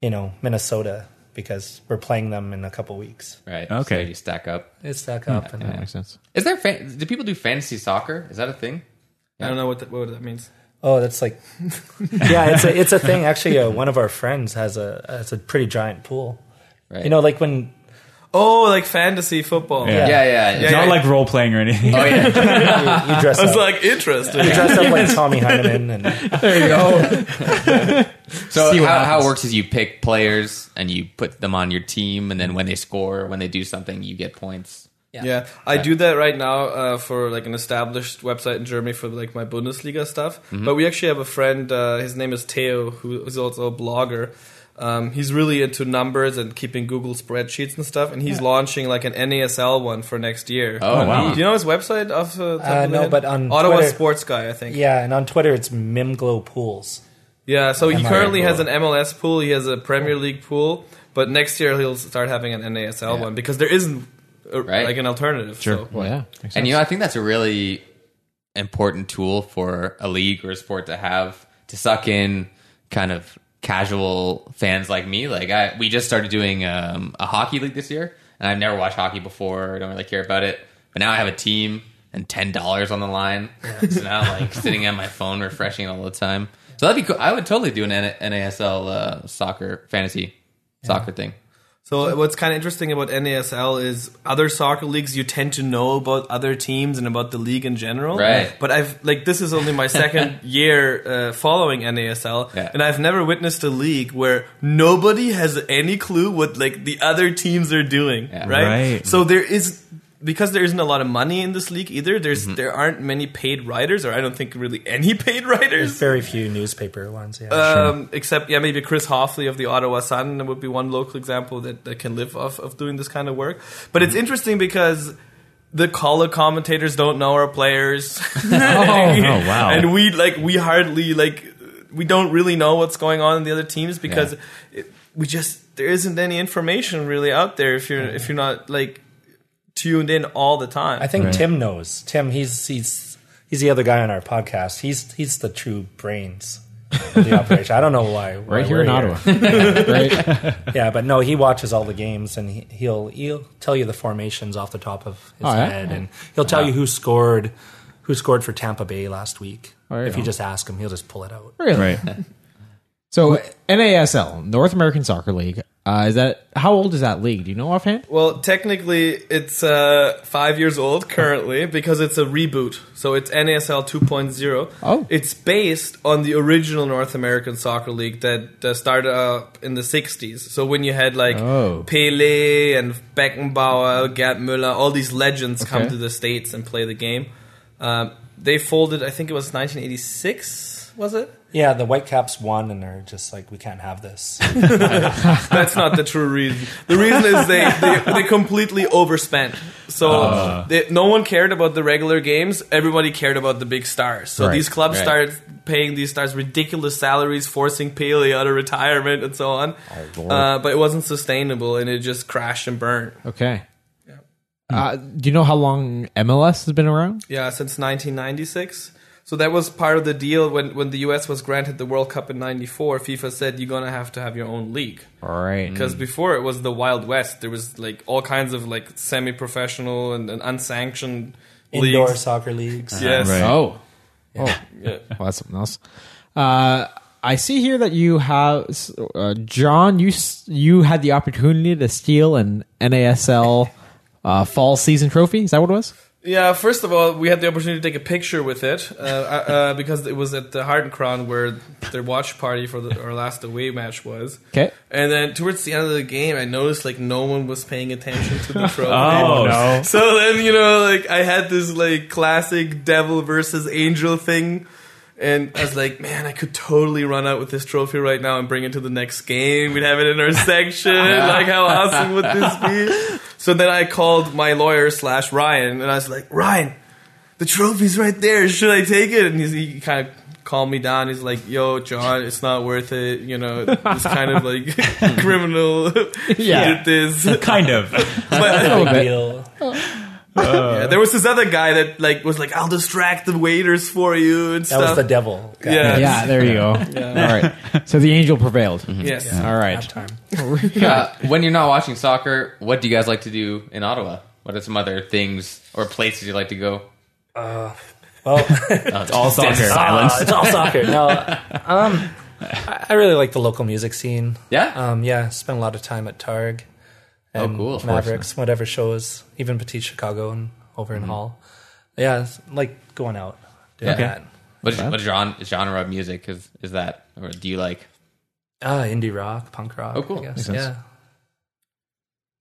E: you know, Minnesota because we're playing them in a couple weeks.
D: right.
C: Okay.
D: So you stack up.
E: It's
A: Hmm.
E: stack up, and uh,
A: Makes sense.
D: Is there? Fan- do people do fantasy soccer? Is that a thing?
B: I don't know what that, what that means.
E: oh, that's like, yeah, it's a it's a thing. Actually, uh, one of our friends has a has a pretty giant pool.
D: Right.
E: You know, like when
B: Oh, like fantasy football.
C: Yeah.
D: Yeah, yeah.
B: Yeah,
D: It's
C: not like role playing or anything.
D: Oh yeah.
E: you dress
B: It's
E: up,
B: like interesting.
E: you dress up like Tommy Heineman, and
A: There you go.
D: So
A: See what
D: how, how it
A: happens.
D: works is you pick players and you put them on your team, and then when they score, when they do something, you get points.
B: Yeah, I do that right now uh, for like an established website in Germany for like my Bundesliga stuff. But we actually have a friend. Uh, his name is Theo, who is also a blogger. Um, he's really into numbers and keeping Google spreadsheets and stuff. And he's launching like an NASL one for next year.
D: Oh, wow.
B: Do you know his website? Off the top
E: Uh,
B: of
E: no,
B: your head?
E: but on
B: Ottawa
E: Twitter-
B: Sports Guy, I think. Yeah.
E: yeah, and on Twitter it's Mimglow Pools.
B: so he
E: MLR
B: currently has an
D: pool.
B: MLS pool. He has a Premier League pool. But next year he'll start having an NASL
D: Yeah.
B: one because there isn't uh
D: Right.
B: like an alternative.
C: Sure.
B: So.
A: Well, yeah. Makes
D: And
A: sense.
D: you know, I think that's a really important tool for a league or a sport to have to suck in kind of casual fans like me. Like I, we just started doing um, a hockey league this year, and I've never watched hockey before. I don't really care about it, but now I have a team and ten dollars on the line. So now I'm like sitting on my phone refreshing all the time. So that'd be cool. I would totally do an N- NASL uh, soccer fantasy soccer thing.
B: So what's kind of interesting about NASL is other soccer leagues you tend to know about other teams and about the league in general.
D: Right.
B: But I've like this is only my second year uh, following NASL,
D: Yeah.
B: and I've never witnessed a league where nobody has any clue what like the other teams are doing.
D: Yeah.
B: Right?
C: Right.
B: So there is. Because there isn't a lot of money in this league either, there's
D: Mm-hmm.
B: there aren't many paid writers, or I don't think really any paid writers.
E: There's very few newspaper ones. Yeah,
B: Um, except, yeah, maybe Chris Hoffley of the Ottawa Sun
C: Mm-hmm.
B: would be one local example that, that can live off of doing this kind of work. But it's interesting because the color commentators don't know our players.
C: oh, wow.
B: And we like we hardly like we don't really know what's going on in the other teams because it, we just there isn't any information really out there if you're if you're not like tuned in all the time.
E: I think Tim knows. Tim, he's he's he's the other guy on our podcast. He's he's the true brains of the operation. I don't know why. why
A: right here
E: we're
A: in Ottawa. right?
E: Yeah, but no, he watches all the games and he, he'll he'll tell you the formations off the top of his
A: Oh, yeah?
E: head, and he'll tell you who scored who scored for Tampa Bay last week.
A: Right
E: if you
A: on.
E: just ask him, he'll just pull it out.
A: Really?
C: Right.
A: So NASL, North American Soccer League. Uh, is that how old is that league? Do you know offhand?
B: Well, technically, it's uh, five years old currently because it's a reboot. So it's NASL 2.0.
A: Oh.
B: It's based on the original North American Soccer League that uh, started up in the 60s. So when you had like
A: Oh.
B: Pele and Beckenbauer, Gerd Müller, all these legends come
A: Okay.
B: to the States and play the game. Um, they folded, I think it was 1986, was it?
E: Yeah, the Whitecaps won, and they're just like, we can't have this.
B: That's not the true reason. The reason is they, they, they completely overspent. So they, no one cared about the regular games. Everybody cared about the big stars. So
A: Right,
B: these clubs
D: right.
B: started paying these stars ridiculous salaries, forcing Pele out of retirement and so on. uh, but it wasn't sustainable, and it just crashed and burned.
A: Okay. Uh, do you know how long MLS has been around?
B: Yeah, since 1996. So that was part of the deal when, when the U.S. was granted the World Cup in '94. FIFA said you're gonna have to have your own league.
A: All right.
B: because
C: Mm.
B: before it was the wild west there was like all kinds of like semi-professional and, and unsanctioned
E: Indoor
B: leagues
E: soccer leagues.
B: yes
C: Right.
A: Oh. Oh. Well, that's something else. Uh, I see here that you have uh, John. You s- you had the opportunity to steal an NASL uh, fall season trophy. Is that what it was?
B: yeah first of all we had the opportunity to take a picture with it uh, uh, uh, because it was at the Harden Crown where their watch party for the, our last away match was
A: Okay.
B: and then towards the end of the game I noticed like no one was paying attention to the trophy
C: Oh, no.
B: so then you know like i had this like classic devil versus angel thing and i was like man i could totally run out with this trophy right now and bring it to the next game we'd have it in our section like how awesome would this be so then i called my lawyer slash ryan and i was like ryan the trophy's right there should i take it and he's, he kind of calmed me down he's like yo john it's not worth it you know it's kind of like criminal
A: Yeah.
B: yeah. this
C: Kind of.
B: but
E: No big deal.
B: yeah, there was this other guy that like was like, "I'll distract the waiters for you" and
E: That
B: stuff.
E: was the devil. guy.
B: Yeah.
A: Yeah. There you go. All right. So the angel prevailed.
C: Mm-hmm.
B: yes.
A: All right.
E: Halftime.
D: Uh, when you're not watching soccer, what do you guys like to do in Ottawa? What are some other things or places you like to go?
E: Well,
C: All soccer.
E: uh, it's all soccer. No, um, I I really like the local music scene.
D: Yeah?
E: Um, yeah, spent a lot of time at Targ. And
D: cool, of course.
E: Mavericks, whatever shows, even Petit Chicago and over in Hall. Yeah, it's like going out. Doing
D: Yeah.
E: that.
D: What, what genre, genre of music is, is that? Or do you like?
E: Ah, indie rock, punk rock.
D: Oh, cool.
E: I guess.
D: Makes
E: Yeah.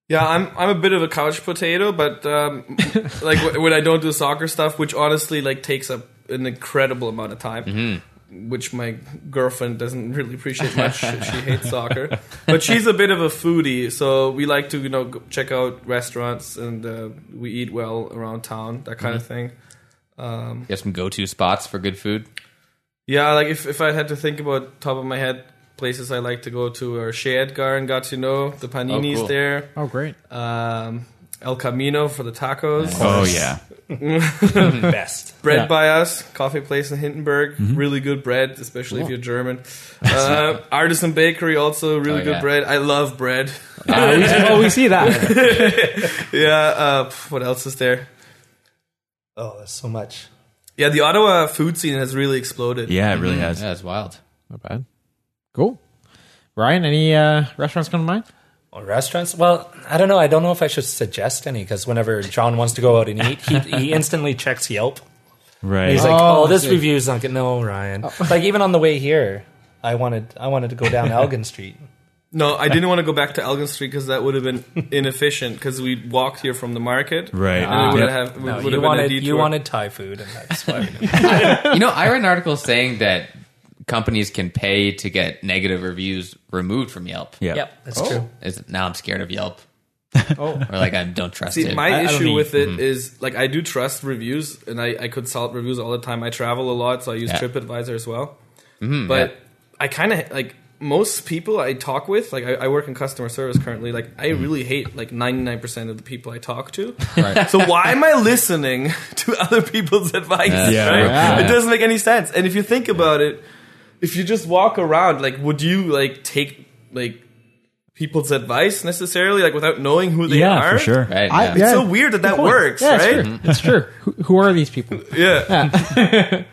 B: Yeah, I'm I'm a bit of a couch potato, but um, like wh- when I don't do soccer stuff, which honestly like takes up an incredible amount of time, which my girlfriend doesn't really appreciate much. she she hates soccer, but she's a bit of a foodie, so we like to you know go check out restaurants and uh, we eat well around town, that kind of thing.
D: You have some go to spots for good food?
B: Yeah, like if, if I had to think about top of my head places I like to go to are Shea Edgar and Gatineau, the paninis
D: cool.
B: there,
A: Oh, great.
B: um, El Camino for the tacos,
C: Oh, yeah.
E: Best.
B: bread
A: Yeah.
B: by us, coffee place in Hindenburg, really good bread, especially if you're German. Uh, artisan bakery also really
D: Oh,
B: good
D: yeah.
B: bread. I love bread.
A: we, oh, we see that.
B: yeah, uh, pff, what else is there?
E: Oh, there's so much.
B: Yeah, the Ottawa food scene has really exploded.
C: Yeah, it really has.
D: Yeah, it's wild.
A: Not bad. Cool. Ryan, any uh, restaurants come to mind?
E: Or Oh, restaurants? Well, I don't know. I don't know if I should suggest any because whenever John wants to go out and eat, he, he instantly checks Yelp.
C: Right.
E: He's like,
A: Oh,
E: "Oh, this
A: okay.
E: review's not good." No, Ryan. Like even on the way here, I wanted I wanted to go down Elgin Street.
B: No, I didn't want to go back to Elgin Street because that would have been inefficient because we walked here from the market.
C: Right.
B: And it would
C: Yep.
B: have, would
E: No,
B: have
E: you
B: been a
E: wanted
B: detour.
E: you wanted Thai food, and that's why. we didn't.
D: you know, I read an article saying that companies can pay to get negative reviews removed from Yelp.
C: yeah.
E: Yep, that's true.
D: Is, now I'm scared of Yelp.
B: Oh.
D: or like I don't trust
B: See,
D: it.
B: my
A: I- I don't
B: issue
A: need-
B: with it is like I do trust reviews, and I, I consult reviews all the time. I travel a lot, so I use
D: Yeah.
B: TripAdvisor as well. but I kind of like most people I talk with. Like I, I work in customer service currently. Like I really hate like ninety nine percent of the people I talk to.
D: Right.
B: So why am I listening to other people's advice?
C: Yeah.
B: right?
D: Yeah.
B: It doesn't make any sense. And if you think about it, if you just walk around, like, would you like take like people's advice necessarily, like without knowing who they
C: yeah,
B: are?
C: for sure.
D: right?
A: I-
D: yeah.
A: yeah.
B: It's so weird that that
A: Good point.
B: works,
A: Yeah, It's
B: right?
A: true. It's true. Who, who are these people?
B: Yeah.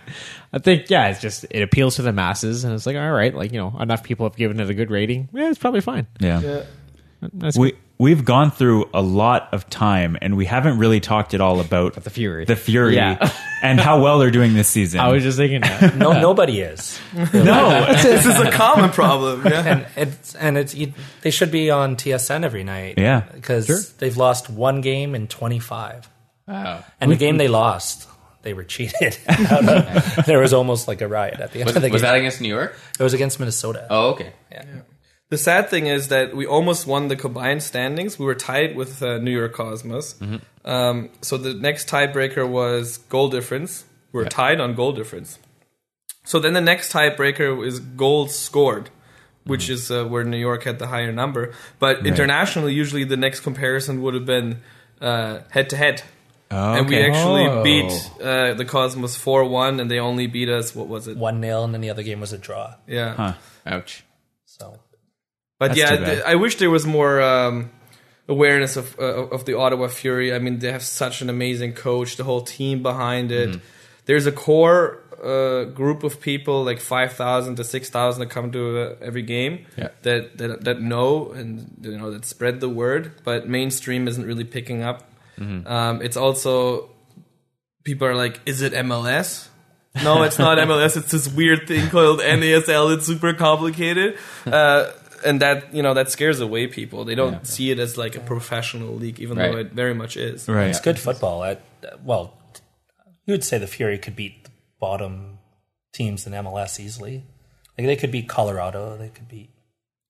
A: I think yeah, it's just it appeals to the masses, and it's like all right, like you know, enough people have given it a good rating. Yeah, it's probably fine.
C: Yeah.
A: That's
C: We we've gone through a lot of time and we haven't really talked at all about
A: the Fury.
C: The Fury
A: Yeah.
C: and how well they're doing this season.
A: I was just thinking that.
E: No, nobody is.
C: no.
B: this is a common problem. Yeah.
E: and it's and it's you, they should be on TSN every night.
C: Yeah.
E: because
C: Sure.
E: they've lost one game in 25,
D: Wow.
E: and the game they lost, they were cheated. there was almost like a riot at the end
D: Was,
E: of the
D: was
E: game.
D: that against New York?
E: it was against Minnesota.
D: Oh, okay.
B: The sad thing is that we almost won the combined standings. We were tied with uh, New York Cosmos. Um, so the next tiebreaker was goal difference. We were tied on goal difference. So then the next tiebreaker is goals scored, which is uh, where New York had the higher number. But internationally, usually the next comparison would have been uh, head to head. And we
C: okay.
B: actually
A: Oh.
B: beat uh, the Cosmos 4 1, and they only beat us, what was it?
E: One 0 and then the other game was a draw.
B: Yeah.
D: Ouch.
E: So
B: But
C: That's
B: yeah,
C: too bad.
B: th- I wish there was more um, awareness of uh, of the Ottawa Fury. I mean, they have such an amazing coach, the whole team behind it.
C: Mm-hmm.
B: There's a core uh, group of people, like five thousand to six thousand, that come to uh, every game
D: Yeah.
B: that, that that know and you know that spread the word. But mainstream isn't really picking up.
C: Mm-hmm.
B: Um, it's also people are like, "Is it MLS?" No, it's not MLS. It's this weird thing called NASL. It's super complicated, uh, and that you know that scares away people. They don't see it as like a professional league, even though
D: Right.
B: it very much is.
C: Right.
E: it's good football. At well, you would say the Fury could beat the bottom teams in MLS easily. Like they could beat Colorado. They could beat.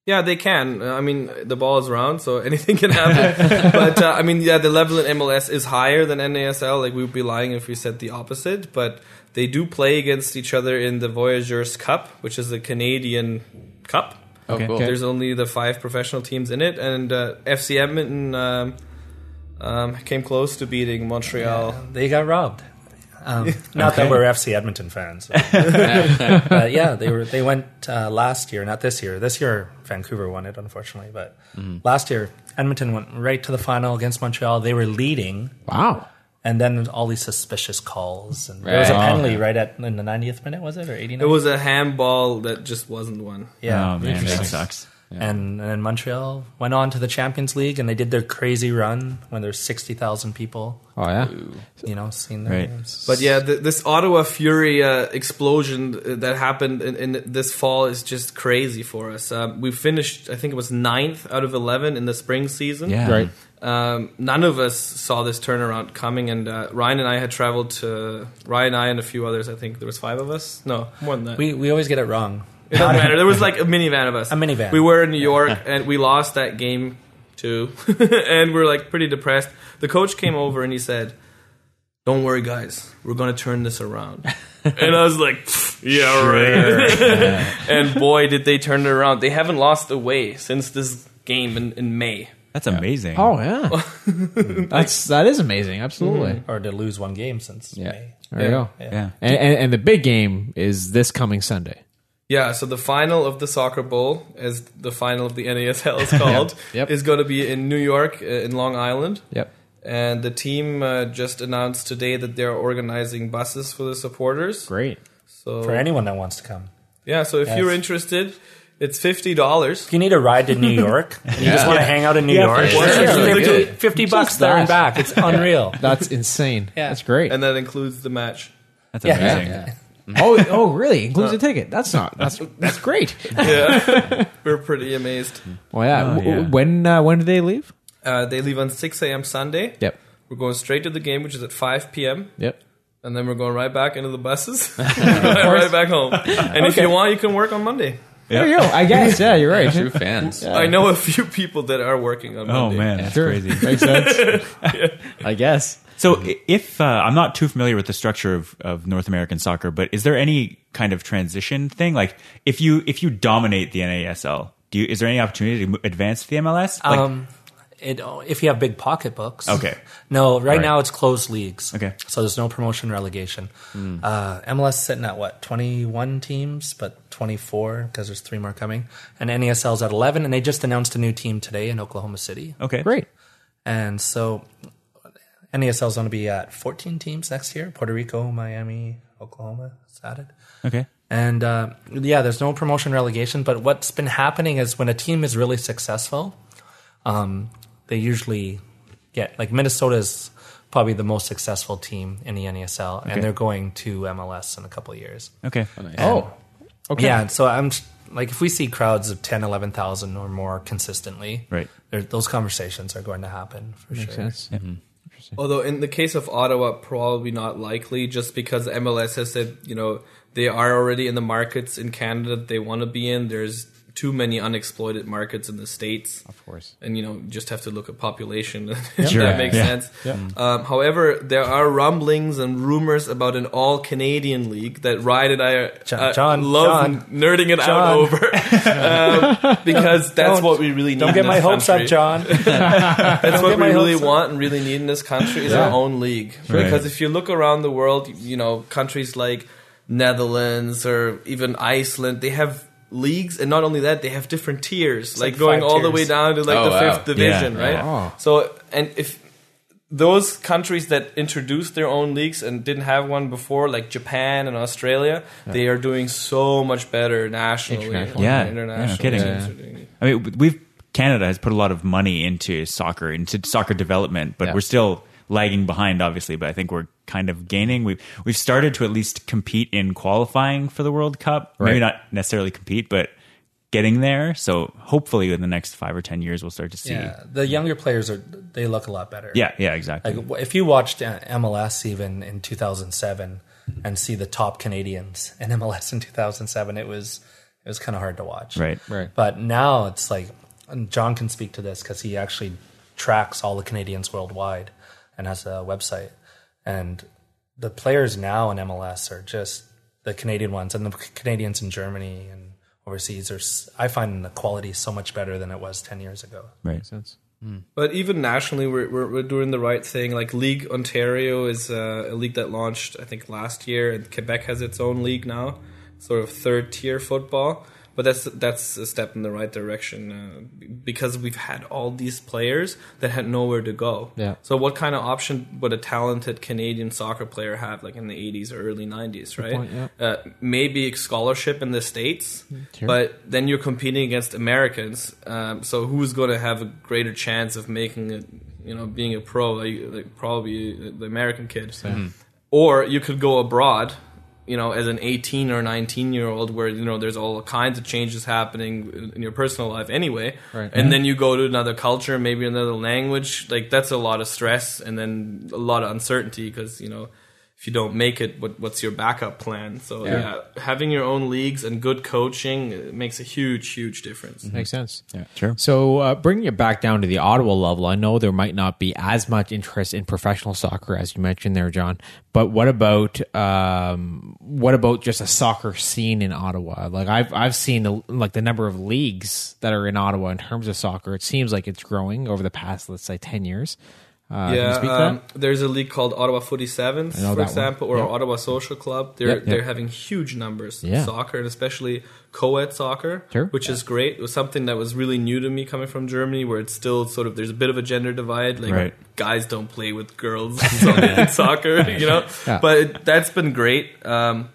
B: Yeah, they can. Uh, I mean, the ball is round, so anything can happen. but uh, I mean, yeah, the level in MLS is higher than NASL. Like we'd be lying if we said the opposite. But they do play against each other in the Voyageurs Cup, which is the Canadian cup.
D: Oh, cool.
B: There's only the five professional teams in it, and uh, FC Edmonton um, um, came close to beating Montreal.
E: They got robbed. Um, not that we're FC Edmonton fans, but yeah, they were. They went uh, last year, not this year. This year, Vancouver won it, unfortunately. But
C: Mm-hmm.
E: last year, Edmonton went right to the final against Montreal. They were leading,
A: wow.
E: and then all these suspicious calls, and there was a
C: Oh,
D: Right.
E: penalty right at in the 90th minute, was it or 89th?
B: It was a handball that just wasn't one.
E: yeah.
C: Oh man, that sucks.
E: And, and then Montreal went on to the Champions League, and they did their crazy run when there's sixty thousand people,
A: Oh yeah.
E: you know, seeing their
C: Right.
E: games.
B: But yeah, th- this Ottawa Fury uh, explosion uh, that happened in, in this fall is just crazy for us. Um, we finished, I think it was ninth out of eleven in the spring season.
C: Yeah.
A: Right.
B: Um, none of us saw this turnaround coming, and uh, Ryan and I had traveled to Ryan, and I, and a few others. I think there was five of us. No, more than that.
E: We we always get it wrong.
B: It doesn't matter. There was like a minivan of us.
E: A minivan.
B: We were in New York and we lost that game too. and we are like pretty depressed. The coach came over and he said, Don't worry, guys. We're going to turn this around. and I was like, Yeah, right. and boy, did they turn it around. They haven't lost away since this game in, in May.
C: That's amazing.
A: Oh yeah. That's that is amazing. Absolutely.
B: Mm.
E: or to lose one game since
D: Yeah.
E: May.
A: There you go.
C: Yeah.
A: And, and and the big game is this coming Sunday.
B: Yeah, so the final of the Soccer Bowl, as the final of the NASL is called,
A: Yep.
B: is going to be in New York, uh, in Long Island.
A: Yep.
B: And the team uh, just announced today that they're organizing buses for the supporters.
A: Great.
B: So
E: For anyone that wants to come.
B: yeah, so if you're
E: Yes.
B: interested, it's fifty dollars.
E: If you need a ride to New York, and you just
D: Yeah.
E: want to hang out in New York,
D: sure.
E: it's
D: Yeah.
E: 50,
D: Good.
E: 50 bucks
A: Just
E: there and
A: that.
E: back. It's unreal.
A: That's insane.
E: Yeah.
A: That's great.
B: And that includes the match.
C: That's
E: Yeah.
C: amazing.
D: Yeah.
A: oh oh really? Includes a ticket. That's not. That's that's great.
B: We're pretty amazed.
A: Oh yeah.
C: Oh,
A: W- w-
C: yeah.
A: When uh, when do they leave?
B: Uh, they leave on six a.m. Sunday.
A: Yep.
B: We're going straight to the game, which is at five p.m.
A: Yep.
B: And then we're going right back into the buses, right back home. And if you want, you can work on Monday.
A: There you go. I guess. Yeah, you're right.
D: True fans.
B: I know a few people that are working on
C: Oh
B: Monday.
C: man, that's
A: Sure.
C: crazy.
A: Makes sense. I guess.
C: So, i- if uh, I'm not too familiar with the structure of, of North American soccer, but is there any kind of transition thing? Like, if you if you dominate the NASL, do you, is there any opportunity to mo- advance to the MLS? Like,
E: um, it, if you have big pocketbooks.
C: Okay.
E: No, right,
C: Right.
E: now it's closed leagues.
C: Okay.
E: So there's no promotion relegation.
D: Hmm.
E: Uh, MLS sitting at what, 21 teams, but 24 because there's three more coming. And NESL's at 11, and they just announced a new team today in Oklahoma City.
C: okay,
A: Great.
E: And so NESL's going to be at 14 teams next year Puerto Rico, Miami, Oklahoma is added.
C: okay,
E: And uh, yeah, there's no promotion relegation. But what's been happening is when a team is really successful, um, they usually get like Minnesota's probably the most successful team in the NESL,
C: Okay.
E: and they're going to MLS in a couple of years.
C: okay.
A: Oh. Okay.
E: Yeah, and so I'm like, if we see crowds of 10, 11,000 or more consistently,
C: Right.
E: there- those conversations are going to happen for
A: Makes
E: sure.
A: sense.
B: Although in the case of Ottawa, probably not likely, just because MLS has said you know they are already in the markets in Canada that they want to be in. There's too many unexploited markets in the states.
D: Of course.
B: and you know you just have to look at population
C: Sure.
B: that makes
C: Yeah.
B: sense um, however there are rumblings and rumors about an all canadian league that ryan and i uh,
E: John- John,
B: love
E: John.
B: nerding it out
E: John.
B: over um, because that's
E: Don't-
B: what we really need
E: Don't
B: in
E: get my
B: this
E: hopes
B: country.
E: up, John.
B: that's
E: get
B: what we
E: my
B: really
E: hopes up.
B: want and really need in this country is our own league
C: Right.
B: because if you look around the world you know countries like netherlands or even iceland they have leagues and not only that they have different tiers like,
E: like
B: going
E: five
B: all the
E: tiers.
B: way down to like
D: Oh,
B: the
D: wow.
B: fifth division
C: Yeah.
B: right
A: Oh.
B: so and if those countries that introduced their own leagues and didn't have one before, like Japan and Australia, they are doing so much better nationally.
D: International.
C: Yeah. Yeah, no
B: international
C: kidding.
B: teams
D: Yeah.
B: are doing it.
C: I mean, w- we've Canada has put a lot of money into soccer, into soccer development, but
D: Yeah.
C: we're still lagging behind, obviously. But I think we're kind of gaining. We've we've started to at least compete in qualifying for the World Cup. Maybe
D: Right.
C: not necessarily compete, but getting there. So hopefully, in the next five or ten years, we'll start to see.
E: Yeah, the younger players are they look a lot better.
C: Yeah, yeah, exactly.
E: Like w- if you watched uh, MLS even in 2007 and see the top Canadians in MLS in 2007, it was it was kind of hard to watch.
C: right.
D: Right.
E: But now it's like and John can speak to this because he actually tracks all the Canadians worldwide and has a website. And the players now in MLS are just the Canadian ones, and the Canadians in Germany and overseas are. s- I find the quality so much better than it was 10 years ago.
C: Right.
B: But even nationally, we're, we're, we're doing the right thing. Like League Ontario is uh, a league that launched, I think, last year, and Quebec has its own league now, sort of third tier football. But that's that's a step in the right direction uh, because we've had all these players that had nowhere to go.
A: Yeah.
B: So what kind of option would a talented Canadian soccer player have, like in the '80s or early '90s, right?
A: point, yeah.
B: uh, maybe a scholarship in the states, but then you're competing against Americans. Um, so who's going to have a greater chance of making it? You know, being a pro, like, like probably the American kid.
A: Mm-hmm.
B: Or you could go abroad. You know, as an 18 or 19 year old, where you know there's all kinds of changes happening in- in your personal life anyway,
A: Right. Mm-hmm.
B: and then you go to another culture, maybe another language. Like that's a lot of stress and then a lot of uncertainty because you know if you don't make it, what, what's your backup plan? So yeah. having your own leagues and good coaching uh, makes a huge, huge difference.
A: Makes sense. Yeah,
C: sure.
A: So uh, bringing it back down to the Ottawa level, I know there might not be as much interest in professional soccer as you mentioned there, John. But what about um, what about just a soccer scene in Ottawa? Like I've I've seen the, like the number of leagues that are in Ottawa in terms of soccer. It seems like it's growing over the past let's say ten years. Uh, can you
B: Yeah,
A: speak to
B: um,
A: that?
B: there's a league called Ottawa Footy Sevens,
A: know
B: for
A: that one.
B: example, or
A: Yeah.
B: Ottawa Social Club. They're
A: Yeah, yeah.
B: they're having huge numbers in
A: Yeah.
B: soccer, and especially co-ed soccer,
A: Sure.
B: which is great. It was something that was really new to me coming from Germany, where it's still sort of there's a bit of a gender divide. Like
C: Right.
B: guys don't play with girls so- in soccer, you know.
A: Yeah.
B: But it, that's been great. Um,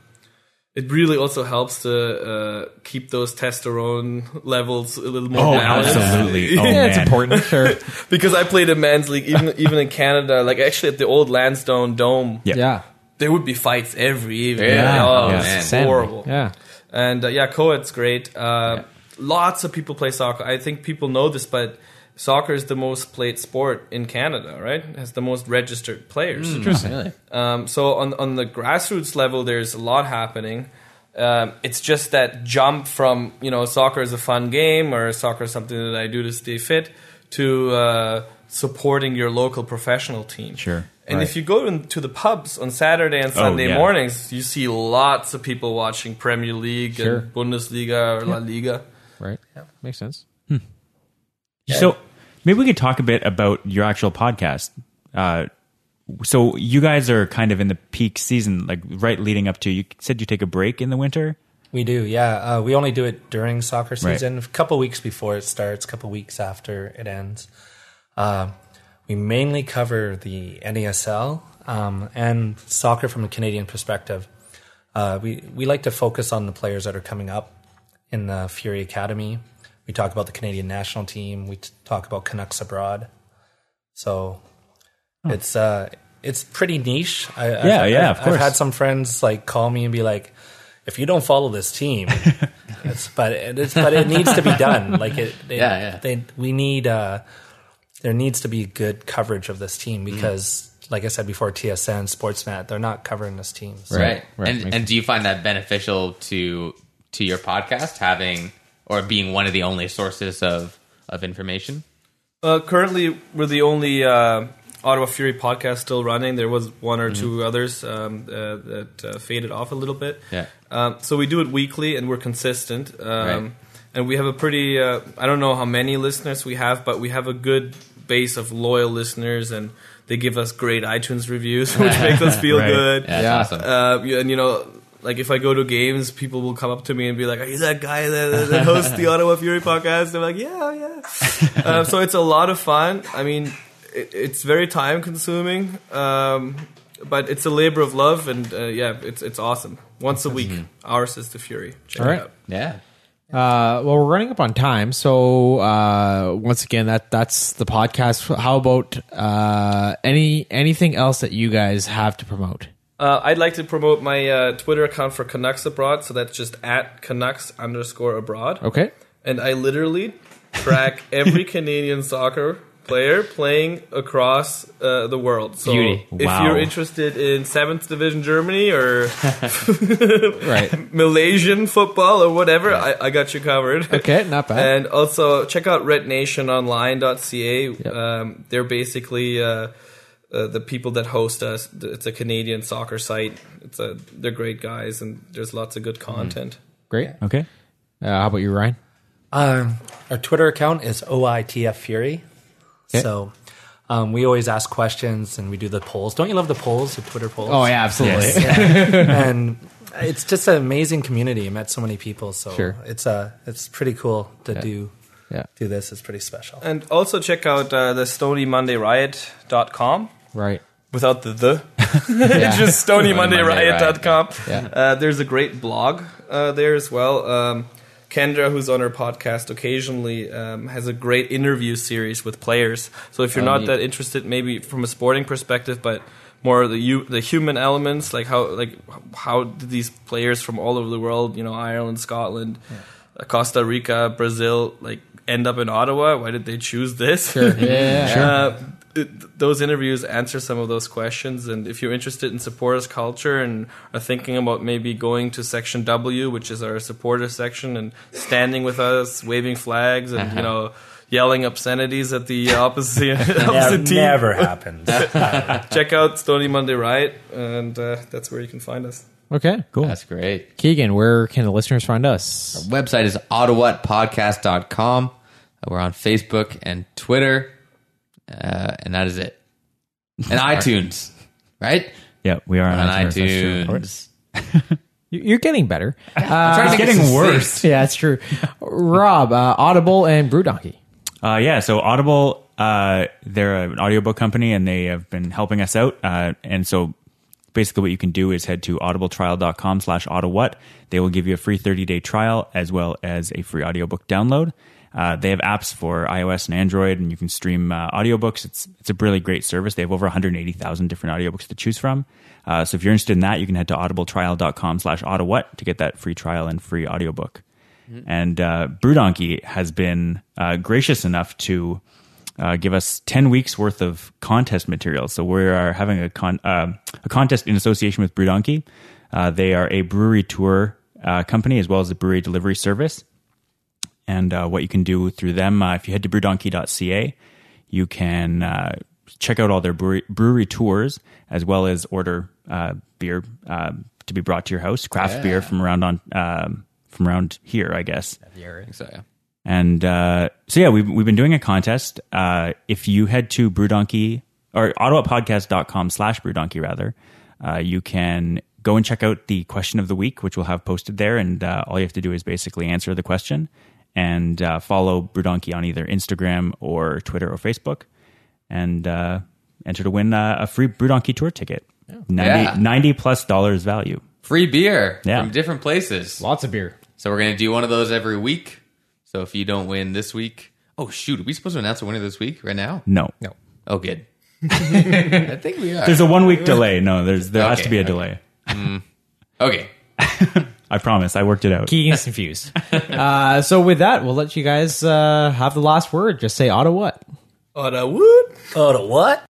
B: it really also helps to uh, keep those testosterone levels a little more
C: Oh,
B: balanced
C: absolutely. Oh,
A: yeah, it's
C: man.
A: important. Sure.
B: because I played in men's league, even even in Canada, like actually at the old Lansdowne Dome,
C: Yeah.
A: yeah.
B: there would be fights every evening.
D: Yeah.
B: Oh,
D: Yeah.
B: it was
A: Insanity.
B: horrible.
A: Yeah.
B: And uh, yeah, co-ed's great. Uh, Lots of people play soccer. I think people know this, but soccer is the most played sport in Canada, right? It has the most registered players.
A: Interesting.
B: Um, so on on the grassroots level, there's a lot happening. Um, it's just that jump from you know soccer is a fun game or soccer is something that I do to stay fit to uh, supporting your local professional team.
C: Sure.
B: And
C: Right. Oh,
B: if you go in- to the pubs on Saturday and Sunday
C: yeah.
B: mornings, you see lots of people watching Premier League
D: Sure.
B: and Bundesliga or La Liga.
D: right? Makes sense.
C: So maybe we could talk a bit about your actual podcast. Uh, so you guys are kind of in the peak season, like right leading up to. You said you take a break in the winter.
E: We do, yeah. Uh, we only do it during soccer season, a couple weeks before it starts, a couple weeks after it ends. Uh, we mainly cover the NESL um, and soccer from a Canadian perspective. Uh, we we like to focus on the players that are coming up in the Fury Academy. We talk about the Canadian national team. We t- talk about Canucks abroad. So it's uh, it's pretty niche. I, I've-
C: Yeah, yeah,
E: I've-
C: of
E: I've
C: course.
E: had some friends like call me and be like, "If you don't follow this team, it's, but it's, but it needs to be done. Like it, it
D: Yeah, yeah.
E: They, we need uh, there needs to be good coverage of this team because, like I said before, TSN, Sportsnet, they're not covering this team. So
D: Right.
C: right,
D: And
C: makes
D: and do you find that beneficial to to your podcast having or being one of the only sources of of information?
B: Uh, currently, we're the only uh, Ottawa Fury podcast still running. There was one or
D: Mm-hmm.
B: two others um, uh, that uh, faded off a little bit.
D: Yeah.
B: Um, so we do it weekly, and we're consistent. Um,
D: Right.
B: And we have a pretty—I don't know how many listeners we have, but we have a good base of loyal listeners, and they give us great iTunes reviews, which makes us feel
C: Right.
B: good.
D: Yeah,
A: Yeah.
D: that's awesome.
B: Uh, yeah, and you know, like if I go to games, people will come up to me and be like, "Are you that guy that, that- that hosts the Ottawa Fury podcast?" I'm like, "Yeah, yeah." uh, so it's a lot of fun. I mean, it, it's very time consuming, um, but it's a labor of love, and uh, yeah, it's it's awesome. Once a week, ours is the Fury. Check
A: All
B: it
A: right.
B: out.
D: yeah.
A: Uh, well, we're running up on time, so uh, once again, that that's the podcast. How about uh, any anything else that you guys have to promote?
B: Uh, I'd like to promote my uh, Twitter account for Canucks Abroad, so that's just at Canucks underscore abroad.
A: Okay,
B: and I literally track every Canadian soccer player playing across uh, the world. So
D: Beauty.
B: if
C: Wow.
B: you're interested in 7th division Germany or
A: right.
B: Malaysian football or whatever, I, I got you covered.
A: Okay, not bad.
B: And also check out rednationonline.ca. Um, they're basically uh, uh, the people that host us. It's a Canadian soccer site. It's a they're great guys and there's lots of
A: Mm-hmm.
B: good content.
A: Great. Uh,
C: Okay.
A: how about you, Ryan?
E: Um, our Twitter account is OITF Fury.
A: Okay.
E: So um, we always ask questions and we do the polls. Don't you love the polls, the Twitter polls?
A: Oh yeah, absolutely.
E: and it's just an amazing community. I met so many people, so
A: Sure.
E: it's uh, it's pretty cool to do
A: Yeah.
E: do this. It's pretty special.
B: And also check out uh, the StonyMondayRiot.com.
A: Right.
B: without the the. it's just StonyMondayRiot.com. Uh, there's a great blog uh, there as well. Um, Kendra, who's on her podcast occasionally, um, has a great interview series with players. So if you're
A: Oh,
B: not
D: neat.
B: that interested, maybe from a sporting perspective, but more the you, the human elements, like how like how do these players from all over the world, you know, Ireland, Scotland, uh, Costa Rica, Brazil, like end up in Ottawa? Why did they choose this?
A: Sure. Yeah. yeah, yeah.
B: Uh, th- those interviews answer some of those questions. And if you're interested in supporters culture and are thinking about maybe going to section W, which is our supporter section, and standing with us, waving flags, and you know. Yelling obscenities at the opposite,
E: Never,
B: opposite team.
E: never happens.
B: Check out Stony Monday Riot, and uh, that's where you can find us.
A: Okay. Cool.
D: That's great.
A: Keegan, where can the listeners find us?
D: Website is ottawapodcast.com. We're on Facebook and Twitter. Uh, and that is it. And iTunes, right?
C: Yeah, we are on,
D: On
C: iTunes.
D: iTunes.
A: You- You're getting better.
D: Trying to
C: It's
D: get
C: getting
D: succinct.
C: worse.
A: yeah, that's true. Rob, uh, Audible and Brew Donkey.
C: Uh, yeah, so Audible, uh, they're an audiobook company and they have been helping us out. Uh, and so basically what you can do is head to audibletrial.com slash autowhat. They will give you a free 30-day trial as well as a free audiobook download. Uh, they have apps for iOS and Android, and you can stream uh, audiobooks. It's it's a really great service. They have over 180,000 different audiobooks to choose from. Uh, so if you're interested in that, you can head to audibletrial.com slash autowhat to get that free trial and free audiobook. And uh, Brew Donkey has been uh, gracious enough to uh, give us 10 weeks worth of contest material. So we are having a, con- uh, a contest in association with Brew Donkey. Uh, they are a brewery tour uh, company as well as the brewery delivery service and uh, what you can do through them. Uh, if you head to brewdonkey.ca, you can uh, check out all their brewery, brewery tours as well as order uh, beer uh, to be brought to your house, craft beer from around on um, from around here, I guess.
D: I think so, yeah.
C: And uh, so yeah, we've we've been doing a contest. Uh, if you head to brewdonkey or ottawapodcast.com slash brewdonkey rather, uh, you can go and check out the question of the week, which we'll have posted there. And uh, all you have to do is basically answer the question and uh, follow Brewdonkey on either Instagram or Twitter or Facebook, and uh, enter to win uh, a free Brewdonkey tour ticket. 90,
D: Oh, Yeah.
C: 90 plus dollars value.
D: Free beer
C: Yeah.
D: from different places.
A: Lots of beer.
D: So we're gonna do one of those every week. So if you don't win this week, oh shoot, are we supposed to announce a winner this week right now?
C: No.
D: No. Oh, good. I think we are.
C: There's a one week delay. No, there's there has
D: Okay,
C: to be a
D: okay.
C: delay.
D: okay.
C: I promise. I worked it out.
A: Keegan's confused. uh, so with that, we'll let you guys uh, have the last word. Just say auto what.
B: Ottawa.
E: Oh, to what?